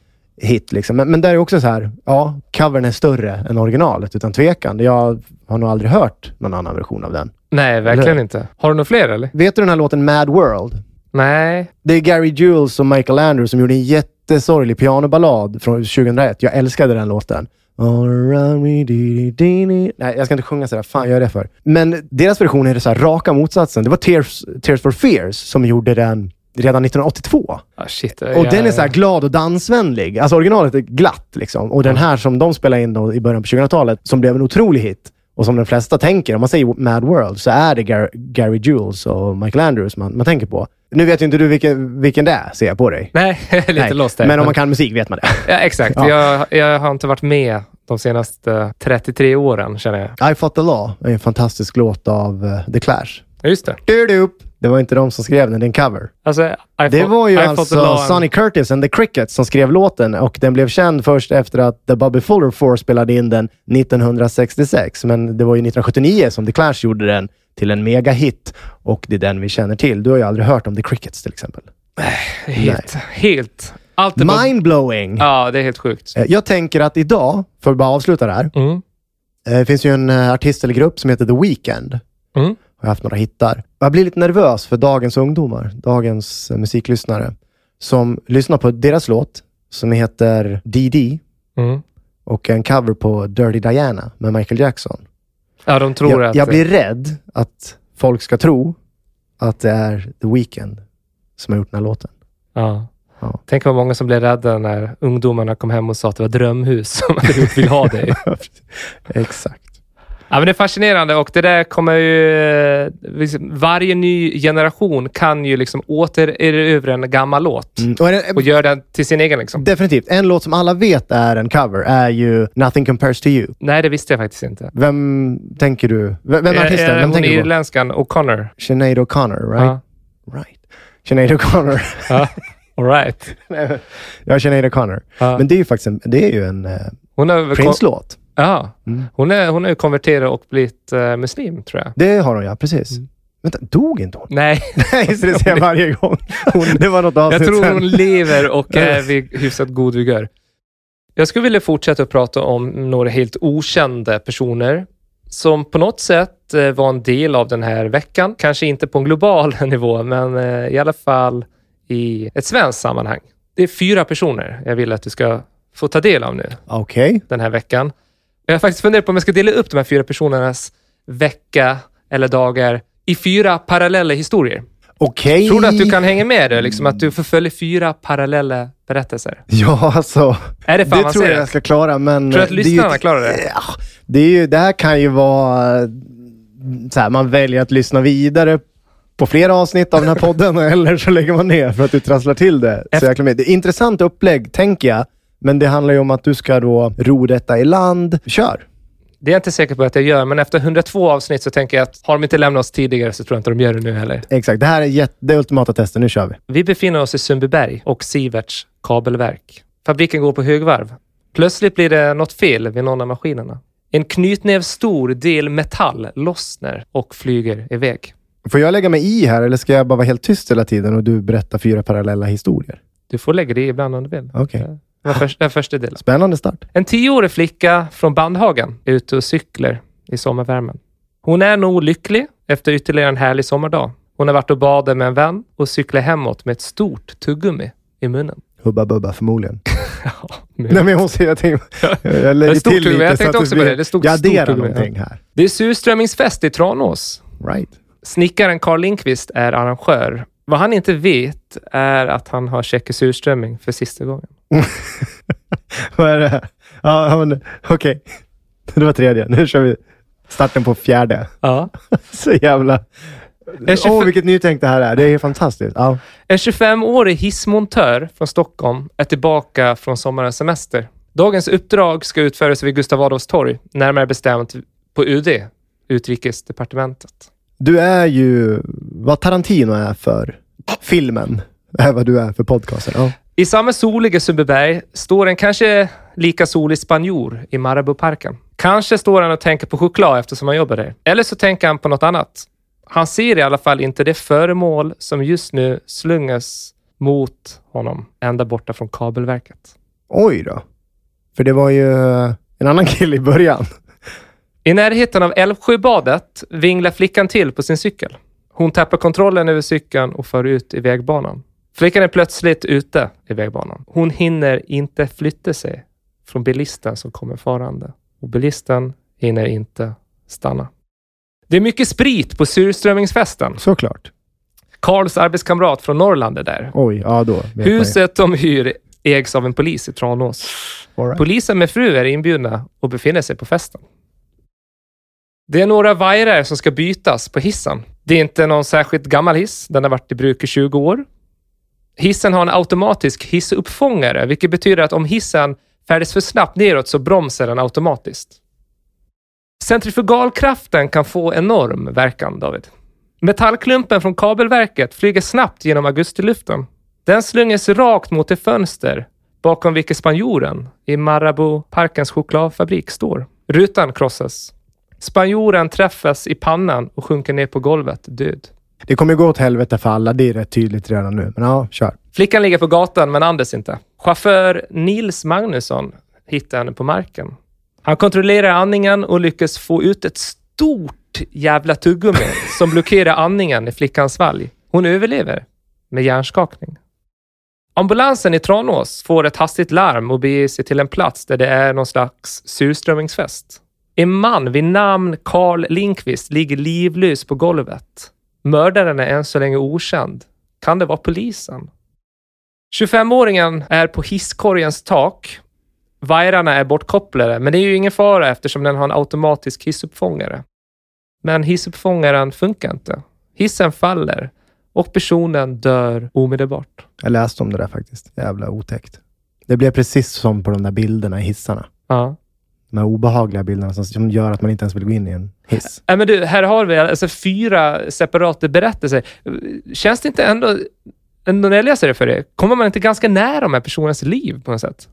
S2: hit. Liksom. Men, men där är också så här, ja, covern är större än originalet utan tvekan. Jag har nog aldrig hört någon annan version av den.
S1: Nej, verkligen
S2: Eller?
S1: inte. Har du några fler eller?
S2: Vet du den här låten Mad World?
S1: Nej.
S2: Det är Gary Jules och Michael Andrews som gjorde en jättesorglig pianoballad från 2001. Jag älskade den låten. All around me, di, di, di, di. Nej, jag ska inte sjunga sådär. Fan, gör jag det för? Men deras version är det så här, raka motsatsen. Det var Tears, Tears for Fears som gjorde den redan 1982.
S1: Ah, shit,
S2: Och den är så här glad och dansvänlig. Alltså originalet är glatt. Liksom. Och den här som de spelade in då i början på 2000-talet, som blev en otrolig hit och som de flesta tänker, om man säger Mad World, så är det Gar- Gary Jules och Michael Andrews man, man tänker på. Nu vet ju inte du vilken, vilken det är, ser jag på dig.
S1: Nej, lite
S2: Nej.
S1: lost där.
S2: Men om man kan musik vet man det.
S1: Ja, exakt.
S2: Ja.
S1: Jag, jag har inte varit med de senaste 33 åren, känner jag.
S2: I Fought the Law är en fantastisk låt av eh, The Clash.
S1: Ja, Just det.
S2: Du-dup. Det var inte de som skrev den, det är en cover.
S1: Alltså, I
S2: Det
S1: fought-
S2: var ju
S1: I fought the
S2: alltså
S1: law and-
S2: Sonny Curtis and the Crickets som skrev låten och den blev känd först efter att The Bobby Fuller Four spelade in den 1966. Men det var ju 1979 som The Clash gjorde den till en megahit och det är den vi känner till. Du har ju aldrig hört om The Crickets till exempel.
S1: Helt. helt. Allt är bara...
S2: Mindblowing!
S1: Ja, det är helt sjukt.
S2: Eh, Jag tänker att idag, för att bara avsluta det här,
S1: Mm.
S2: eh, det finns ju en eh, artist eller grupp som heter The Weeknd.
S1: Mm.
S2: Jag har haft några hittar. Jag blir lite nervös för dagens ungdomar, dagens eh, musiklyssnare, som lyssnar på deras låt som heter DD
S1: Mm.
S2: och en cover på Dirty Diana med Michael Jackson.
S1: Ja, de tror
S2: jag,
S1: att...
S2: jag blir rädd att folk ska tro att det är The Weeknd som har gjort den här låten.
S1: Ja.
S2: Ja.
S1: Tänk vad många som blev rädda när ungdomarna kom hem och sa att det var drömhus som hade gjort Vill ha dig.
S2: Exakt.
S1: Ja, men det är fascinerande och det där kommer ju... eh, liksom, Varje ny generation kan ju liksom återerövra en gammal låt
S2: Mm. Och är det,
S1: och göra den till sin egen. Liksom.
S2: definitivt. En låt som alla vet är en cover är ju Nothing Compares To You.
S1: Nej, det visste jag faktiskt inte.
S2: Vem tänker du? V- Vem är artisten?
S1: Eh, eh, Hon
S2: Vem
S1: är
S2: tänker du på?
S1: irländskan, O'Connor.
S2: Sinead O'Connor, right?
S1: Ja.
S2: Right. Sinead O'Connor.
S1: Ja. All right.
S2: ja, Sinead O'Connor.
S1: Ja.
S2: Men det är ju faktiskt en, det är ju en eh,
S1: Hon har väl kon-
S2: Prince-låt.
S1: Ja.
S2: Mm.
S1: Hon är, hon är ju konverterat och blivit eh, muslim, tror jag.
S2: Det har hon, ja. Precis.
S1: Mm.
S2: Vänta, dog inte hon?
S1: Nej,
S2: Nej, så det säger jag varje gång. det var något
S1: jag
S2: avsnitt
S1: tror
S2: sen.
S1: hon lever och är vid hyfsat god vigör. Jag skulle vilja fortsätta att prata om några helt okända personer som på något sätt eh, var en del av den här veckan. Kanske inte på en global nivå, men eh, i alla fall i ett svenskt sammanhang. Det är fyra personer jag vill att du ska få ta del av nu.
S2: Okej.
S1: den här veckan. Jag har faktiskt funderat på om jag ska dela upp de här fyra personernas vecka eller dagar i fyra parallella historier.
S2: Okej.
S1: Tror du att du kan hänga med det? Liksom att du förföljer fyra parallella berättelser?
S2: Ja, alltså.
S1: Är det för
S2: det tror
S1: avancerat?
S2: jag jag ska klara, men... eh,
S1: Tror du att
S2: det är ju-
S1: lyssnarna klarar det?
S2: Ja, det, är ju, det här kan ju vara... eh, Så här, man väljer att lyssna vidare på flera avsnitt av den här podden eller så lägger man ner för att du trasslar till det så
S1: Efter-
S2: jäkla mycket. Det är intressant upplägg, tänker jag. Men det handlar ju om att du ska då ro detta i land. Kör!
S1: Det är jag inte säker på att jag gör, men efter 102 avsnitt så tänker jag att har de inte lämnat oss tidigare så tror jag inte de gör det nu heller.
S2: Exakt. Det här är jätte, det ultimata testet. Nu kör vi.
S1: Vi befinner oss i Sundbyberg och Siverts kabelverk. Fabriken går på högvarv. Plötsligt blir det något fel vid någon av maskinerna. En knytnäv stor del metall lossnar och flyger iväg.
S2: Får jag lägga mig i här eller ska jag bara vara helt tyst hela tiden och du berätta fyra parallella historier?
S1: Du får lägga det ibland om du vill.
S2: Okej.
S1: Ja. Den, första, den första delen.
S2: Spännande start.
S1: En tioårig flicka från Bandhagen är ute och cyklar i sommarvärmen. Hon är nog lycklig efter ytterligare en härlig sommardag. Hon har varit och badat med en vän och cyklar hemåt med ett stort tuggummi i munnen.
S2: Hubba Bubba förmodligen.
S1: Med-
S2: Nej, men jag måste säga, jag, tänkte, jag lägger
S1: Det stod
S2: till
S1: tuggummi.
S2: lite
S1: Jag
S2: så
S1: tänkte
S2: att
S1: också
S2: blir-
S1: på det. Det stod
S2: jag
S1: stort
S2: adderar
S1: tuggummi.
S2: någonting här.
S1: Det är surströmmingsfest i Tranås.
S2: Right.
S1: Snickaren Carl Lindqvist är arrangör. Vad han inte vet är att han har käkat surströmming för sista gången.
S2: Vad är det här? Ja, ja, men okej. Det var tredje. Nu kör vi starten på fjärde.
S1: Ja.
S2: Så jävla... Åh,
S1: En, 25
S2: vilket nytänk det här är. Det är fantastiskt. Ja.
S1: en 25-årig hissmontör från Stockholm är tillbaka från sommarens semester. Dagens uppdrag ska utföras vid Gustav Adolfs torg, närmare bestämt på UD, Utrikesdepartementet.
S2: Du är ju vad Tarantino är för filmen. är vad du är för podcasten. Ja.
S1: I samma soliga Sundbyberg står en kanske lika solig spanjor i Marabouparken. Kanske står han och tänker på choklad eftersom han jobbar där. Eller så tänker han på något annat. Han ser i alla fall inte det föremål som just nu slungas mot honom ända borta från kabelverket.
S2: Oj då. För det var ju en annan kille i början.
S1: I närheten av Älvsjöbadet vinglar flickan till på sin cykel. Hon tappar kontrollen över cykeln och för ut i vägbanan. Flickan är plötsligt ute i vägbanan. Hon hinner inte flytta sig, från bilisten som kommer farande. Och bilisten hinner inte stanna. Det är mycket sprit på surströmmingsfesten.
S2: Såklart.
S1: Karls arbetskamrat från Norrland är där.
S2: Oj, ja då. vet man ju.
S1: Huset de hyr ägs av en polis i Tranås.
S2: All right.
S1: Polisen med fru är inbjudna och befinner sig på festen. Det är några vajrar som ska bytas på hissen. Det är inte någon särskilt gammal hiss. Den har varit i bruk i 20 år. Hissen har en automatisk hissuppfångare, vilket betyder att om hissen färdas för snabbt neråt så bromsar den automatiskt. Centrifugalkraften kan få enorm verkan, David. Metallklumpen från kabelverket flyger snabbt genom augustiluften. Den slungas rakt mot det fönster bakom vilket spanjoren i Marabou-parkens chokladfabrik står. Rutan krossas. Spanjoren träffas i pannan och sjunker ner på golvet död.
S2: Det kommer gå åt helvete för alla. Det är rätt tydligt redan nu. Men ja, kör.
S1: Flickan ligger på gatan, men Anders inte. Chaufför Nils Magnusson hittar henne på marken. Han kontrollerar andningen och lyckas få ut ett stort jävla tuggummi som blockerar andningen i flickans svalg. Hon överlever med hjärnskakning. Ambulansen i Tranås får ett hastigt larm och beger sig till en plats där det är någon slags surströmmingsfest. En man vid namn Carl Lindqvist ligger livlös på golvet. Mördaren är än så länge okänd. Kan det vara polisen? 25-åringen är på hisskorgens tak. Vajrarna är bortkopplade, men det är ju ingen fara eftersom den har en automatisk hissuppfångare. Men hissuppfångaren funkar inte. Hissen faller och personen dör omedelbart.
S2: Jag läste om det där faktiskt. Jävla otäckt. Det blev precis som på de där bilderna i hissarna.
S1: Ja.
S2: De här obehagliga bilderna som- som gör att man inte ens vill gå in i en hiss.
S1: Nej, men du, här har vi alltså fyra separata berättelser. Känns det inte ändå, ändå när jag läser det för dig, kommer man inte ganska nära de här personernas liv på något sätt?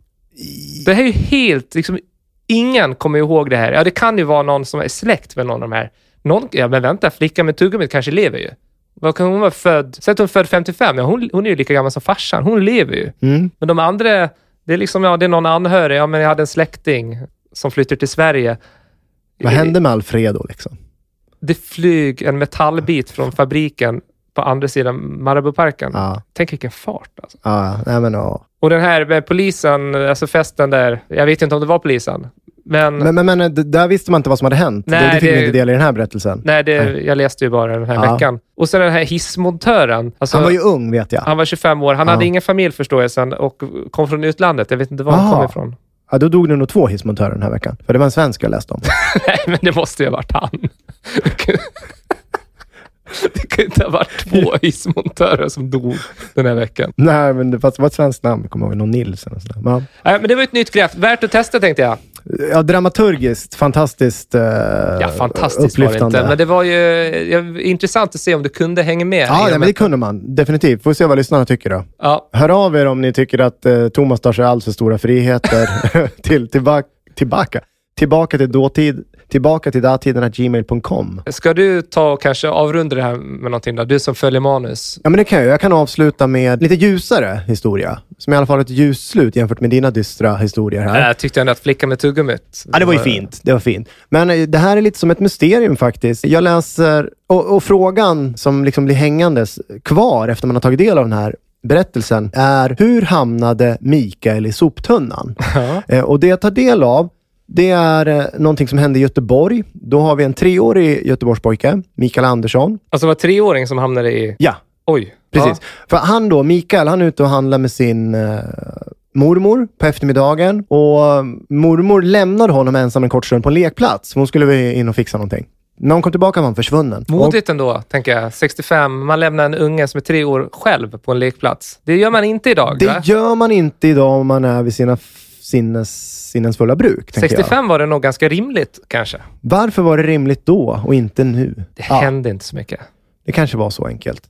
S1: Det här är ju helt... Liksom, ingen kommer ihåg det här. Ja, det kan ju vara någon som är släkt med någon av de här. Någon, ja, men vänta, flickan med tuggummit kanske lever ju. Vad kan hon vara född? Säg att hon är född 55. Ja, hon, hon är ju lika gammal som farsan. Hon lever ju.
S2: Mm.
S1: Men de andra, det är liksom, ja, det är någon anhörig. Ja, men jag hade en släkting som flyttade till Sverige.
S2: Vad hände med Alfredo liksom?
S1: Det flög en metallbit från fabriken på andra sidan Marabouparken.
S2: Ja,
S1: Tänk vilken fart alltså.
S2: ja, nej men ja.
S1: Och den här med polisen, alltså festen där. Jag vet inte om det var polisen, men...
S2: Men, men, men eh, d- där visste man inte vad som hade hänt.
S1: Nej,
S2: det, det fick
S1: det-
S2: man inte del i den här berättelsen.
S1: Nej, det, jag läste ju bara den här
S2: Ja.
S1: veckan. Och sen den här hissmontören. Alltså,
S2: Han var ju ung vet jag.
S1: han var 25 år. Han
S2: Ja.
S1: hade ingen familj förstår jag sen och kom från utlandet. Jag vet inte var han
S2: Aha.
S1: kom ifrån.
S2: Ja, då dog det nog två hissmontörer den här veckan. För det var en svensk jag läste om.
S1: Nej, men det måste ju ha varit han. Det kan- Det kan ju inte ha varit två hissmontörer som dog den här veckan.
S2: nej, men det, fast det var ett svenskt namn. Jag kommer ihåg någon Nilsson och sådär. Men,
S1: Nej, men det var ju ett nytt grepp. Värt att testa tänkte jag.
S2: ja, dramaturgiskt fantastiskt eh,
S1: Ja, fantastiskt var det
S2: upplyftande.
S1: inte. Men det var ju ja, intressant att se om du kunde hänga med.
S2: Ja,
S1: i
S2: nej,
S1: de
S2: men
S1: här-
S2: det kunde man. Definitivt. Får vi se vad lyssnarna tycker då.
S1: ja.
S2: Hör av er om ni tycker att eh, Thomas tar sig alls för stora friheter till, tillbaka, tillbaka. Tillbaka till dåtid. Tillbaka till datiderna gmail.com.
S1: Ska du ta och kanske avrunda det här med någonting då? Du som följer manus.
S2: Ja, men det kan jag. Jag kan avsluta med lite ljusare historia. Som i alla fall har ett ljusslut jämfört med dina dystra historier här.
S1: Jag Äh, tyckte ändå att flickan med tuggummit...
S2: Ja, det var ju fint. Det var fint. Men eh, det här är lite som ett mysterium faktiskt. Jag läser, och, och frågan som liksom blir hängandes kvar efter man har tagit del av den här berättelsen är hur hamnade Mikael i soptunnan? Eh, Och det jag tar del av, det är eh, någonting som hände i Göteborg. Då har vi en treårig Göteborgspojke, Mikael Andersson.
S1: Alltså det var treåring som hamnade i...
S2: Ja,
S1: Oj.
S2: Precis. För han då, Mikael, han är ute och handlar med sin eh, mormor på eftermiddagen. Och eh, mormor lämnar honom ensam en kort stund på en lekplats. För hon skulle väl in och fixa någonting. När hon kom tillbaka var han försvunnen.
S1: Ja. Modigt ändå, tänker jag. 65. Man lämnar en unge som är tre år själv på en lekplats. Det gör man inte idag,
S2: Och det
S1: va?
S2: gör man inte idag om man är vid sina f- sinnes, sinnens fulla bruk. tänker jag.
S1: 65 var det nog ganska rimligt, kanske.
S2: Varför var det rimligt då och inte nu?
S1: Det
S2: Ja.
S1: hände inte så mycket.
S2: Det kanske var så enkelt.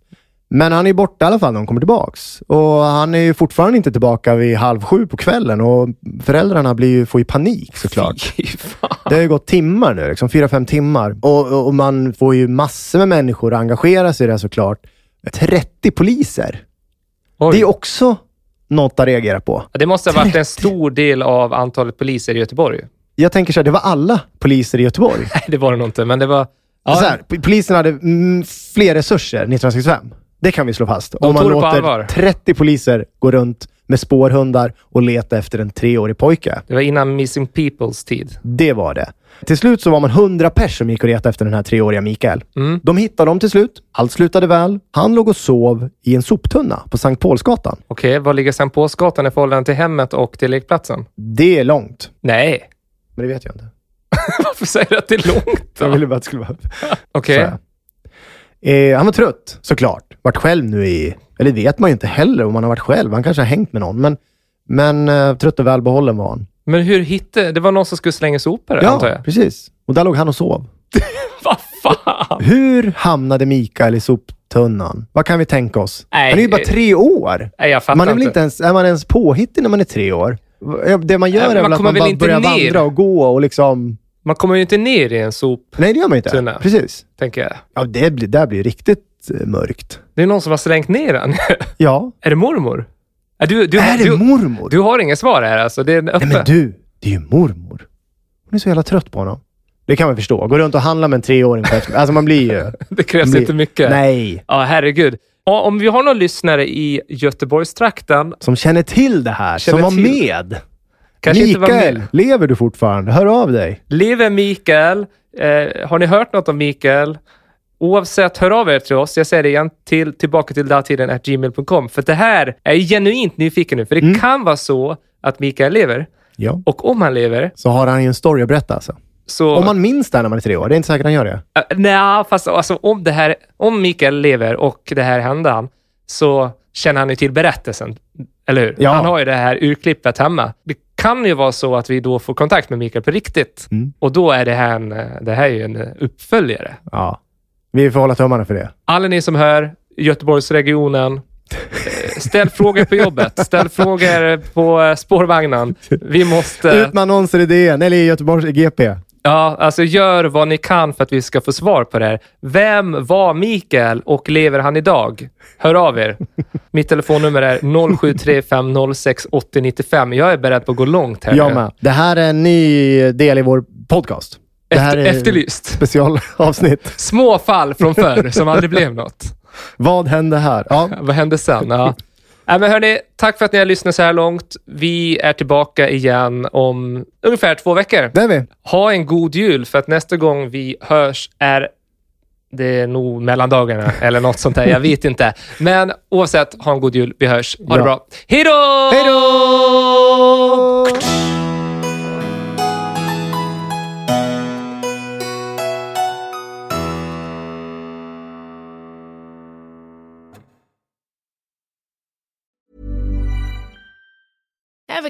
S2: Men han är borta i alla fall när hon kommer tillbaks. Och han är ju fortfarande inte tillbaka vid halv sju på kvällen och föräldrarna blir ju, får ju panik såklart.
S1: Fy fan.
S2: Det har ju gått timmar nu, liksom fyra, fem timmar. Och, och, och man får ju massor med människor att engagera sig i det här såklart. 30 poliser.
S1: Oj.
S2: Det är också något att reagera på.
S1: Ja, Det måste ha varit en stor del av antalet poliser i Göteborg.
S2: Jag tänker så här, det var alla poliser i Göteborg.
S1: Nej, det var det nog inte, men det var...
S2: Så här, p- polisen hade mm, fler resurser 1965. Det kan vi slå fast.
S1: tog det på allvar.
S2: 30 poliser gå runt med spårhundar och leta efter en treårig pojke.
S1: Det var innan Missing Peoples tid.
S2: Det var det. Till slut så var man 100 pers som gick och letade efter den här treåriga Mikael. De hittade dem till slut. Allt slutade väl. Han låg och sov i en soptunna på Sankt Paulsgatan.
S1: Okej, var ligger Sankt Paulsgatan i förhållande till hemmet och till lekplatsen?
S2: Det är långt,
S1: Nej.
S2: men det vet jag inte.
S1: Varför säger du att det är långt
S2: Jag
S1: då?
S2: ville bara att det skulle vara...
S1: Okej.
S2: Så här. Eh, han var trött, såklart. Vart själv nu i... Eller vet man ju inte heller om han har varit själv. Han kanske har hängt med någon. Men, men eh, trött och välbehållen var han.
S1: Men hur hittade... Det var någon som skulle slänga sopor, antar jag?
S2: precis. Och där låg han och sov.
S1: Vad fan!
S2: Hur hamnade Mikael i soptunnan? Vad kan vi tänka oss?
S1: Nej,
S2: han är ju bara tre år.
S1: Nej, jag fattar
S2: man är väl
S1: inte.
S2: inte ens, är man ens påhittig när man är tre år? Det man gör
S1: Nej,
S2: är
S1: man
S2: väl att
S1: kommer
S2: man
S1: väl
S2: bara
S1: inte
S2: börjar
S1: ner?
S2: vandra och gå och liksom...
S1: Man kommer ju inte ner i en sop,
S2: Nej, det gör man ju inte.
S1: Tunna.
S2: Precis.
S1: tänker jag.
S2: Ja, det blir, där blir riktigt eh, mörkt.
S1: Det är någon som har slängt ner den.
S2: Ja.
S1: är det mormor? Äh, Du, du,
S2: är det
S1: du,
S2: mormor?
S1: du har inget svar här alltså. Det är en öppen.
S2: Nej, men du. Det är ju mormor. Hon är så jävla trött på honom. Det kan man förstå. Gå runt och handla med en treåring på eftermiddagen. Alltså man blir ju...
S1: Det krävs
S2: man blir-
S1: inte mycket.
S2: Nej.
S1: Ja, herregud. Ja, om vi har någon lyssnare i Göteborgstrakten,
S2: Som känner till det här.
S1: Känner
S2: som var
S1: till.
S2: med.
S1: kanske inte var
S2: Mikael,
S1: med.
S2: lever du fortfarande? Hör av dig.
S1: Lever Mikael? Eh, har ni hört något om Mikael? Oavsett, hör av er till oss. Jag säger det igen, till, tillbaka till datiden gmail.com. För det här är jag genuint nyfiken nu, för det
S2: Mm.
S1: kan vara så att Mikael lever.
S2: Ja.
S1: Och om han lever,
S2: Så har han ju en story att berätta alltså.
S1: så...
S2: Om man minns det här när man är tre år. Det är inte säkert han gör det.
S1: Äh, Nej, fast alltså, om, det här, om Mikael lever och det här hände han, så känner han ju till berättelsen. Eller hur?
S2: Ja.
S1: Han har ju det här urklippet hemma. Det kan ju vara så att vi då får kontakt med Mikael på riktigt.
S2: Mm.
S1: Och då är det här, en, eh, det här är ju en eh, uppföljare.
S2: Ja. Vi får hålla tummarna för det.
S1: Alla ni som hör, Göteborgsregionen, eh, ställ frågor på jobbet. Ställ frågor på eh, spårvagnen. Vi måste...
S2: Ut med annonser i DN eller i Göteborgs GP.
S1: Ja, alltså gör vad ni kan för att vi ska få svar på det här. Vem var Mikael och lever han idag? Hör av er. Mitt telefonnummer är 0735068095. Jag är beredd på att gå långt här
S2: Jag
S1: nu.
S2: med. Det här är en ny del i vår podcast. Det här
S1: Efter,
S2: är
S1: Efterlyst.
S2: specialavsnitt.
S1: Små fall från förr som aldrig blev något.
S2: Vad hände här? Ja.
S1: Vad hände sen? Ja. Nej, men hörni, tack för att ni har lyssnat så här långt. Vi är tillbaka igen om ungefär två veckor.
S2: Det är vi.
S1: Ha en god jul, för att nästa gång vi hörs är det är nog mellandagarna eller något sånt där. Jag vet inte. Men oavsett, ha en god jul. Vi hörs. Ha det
S2: Ja.
S1: bra. Hej då! Hej då!
S6: Ever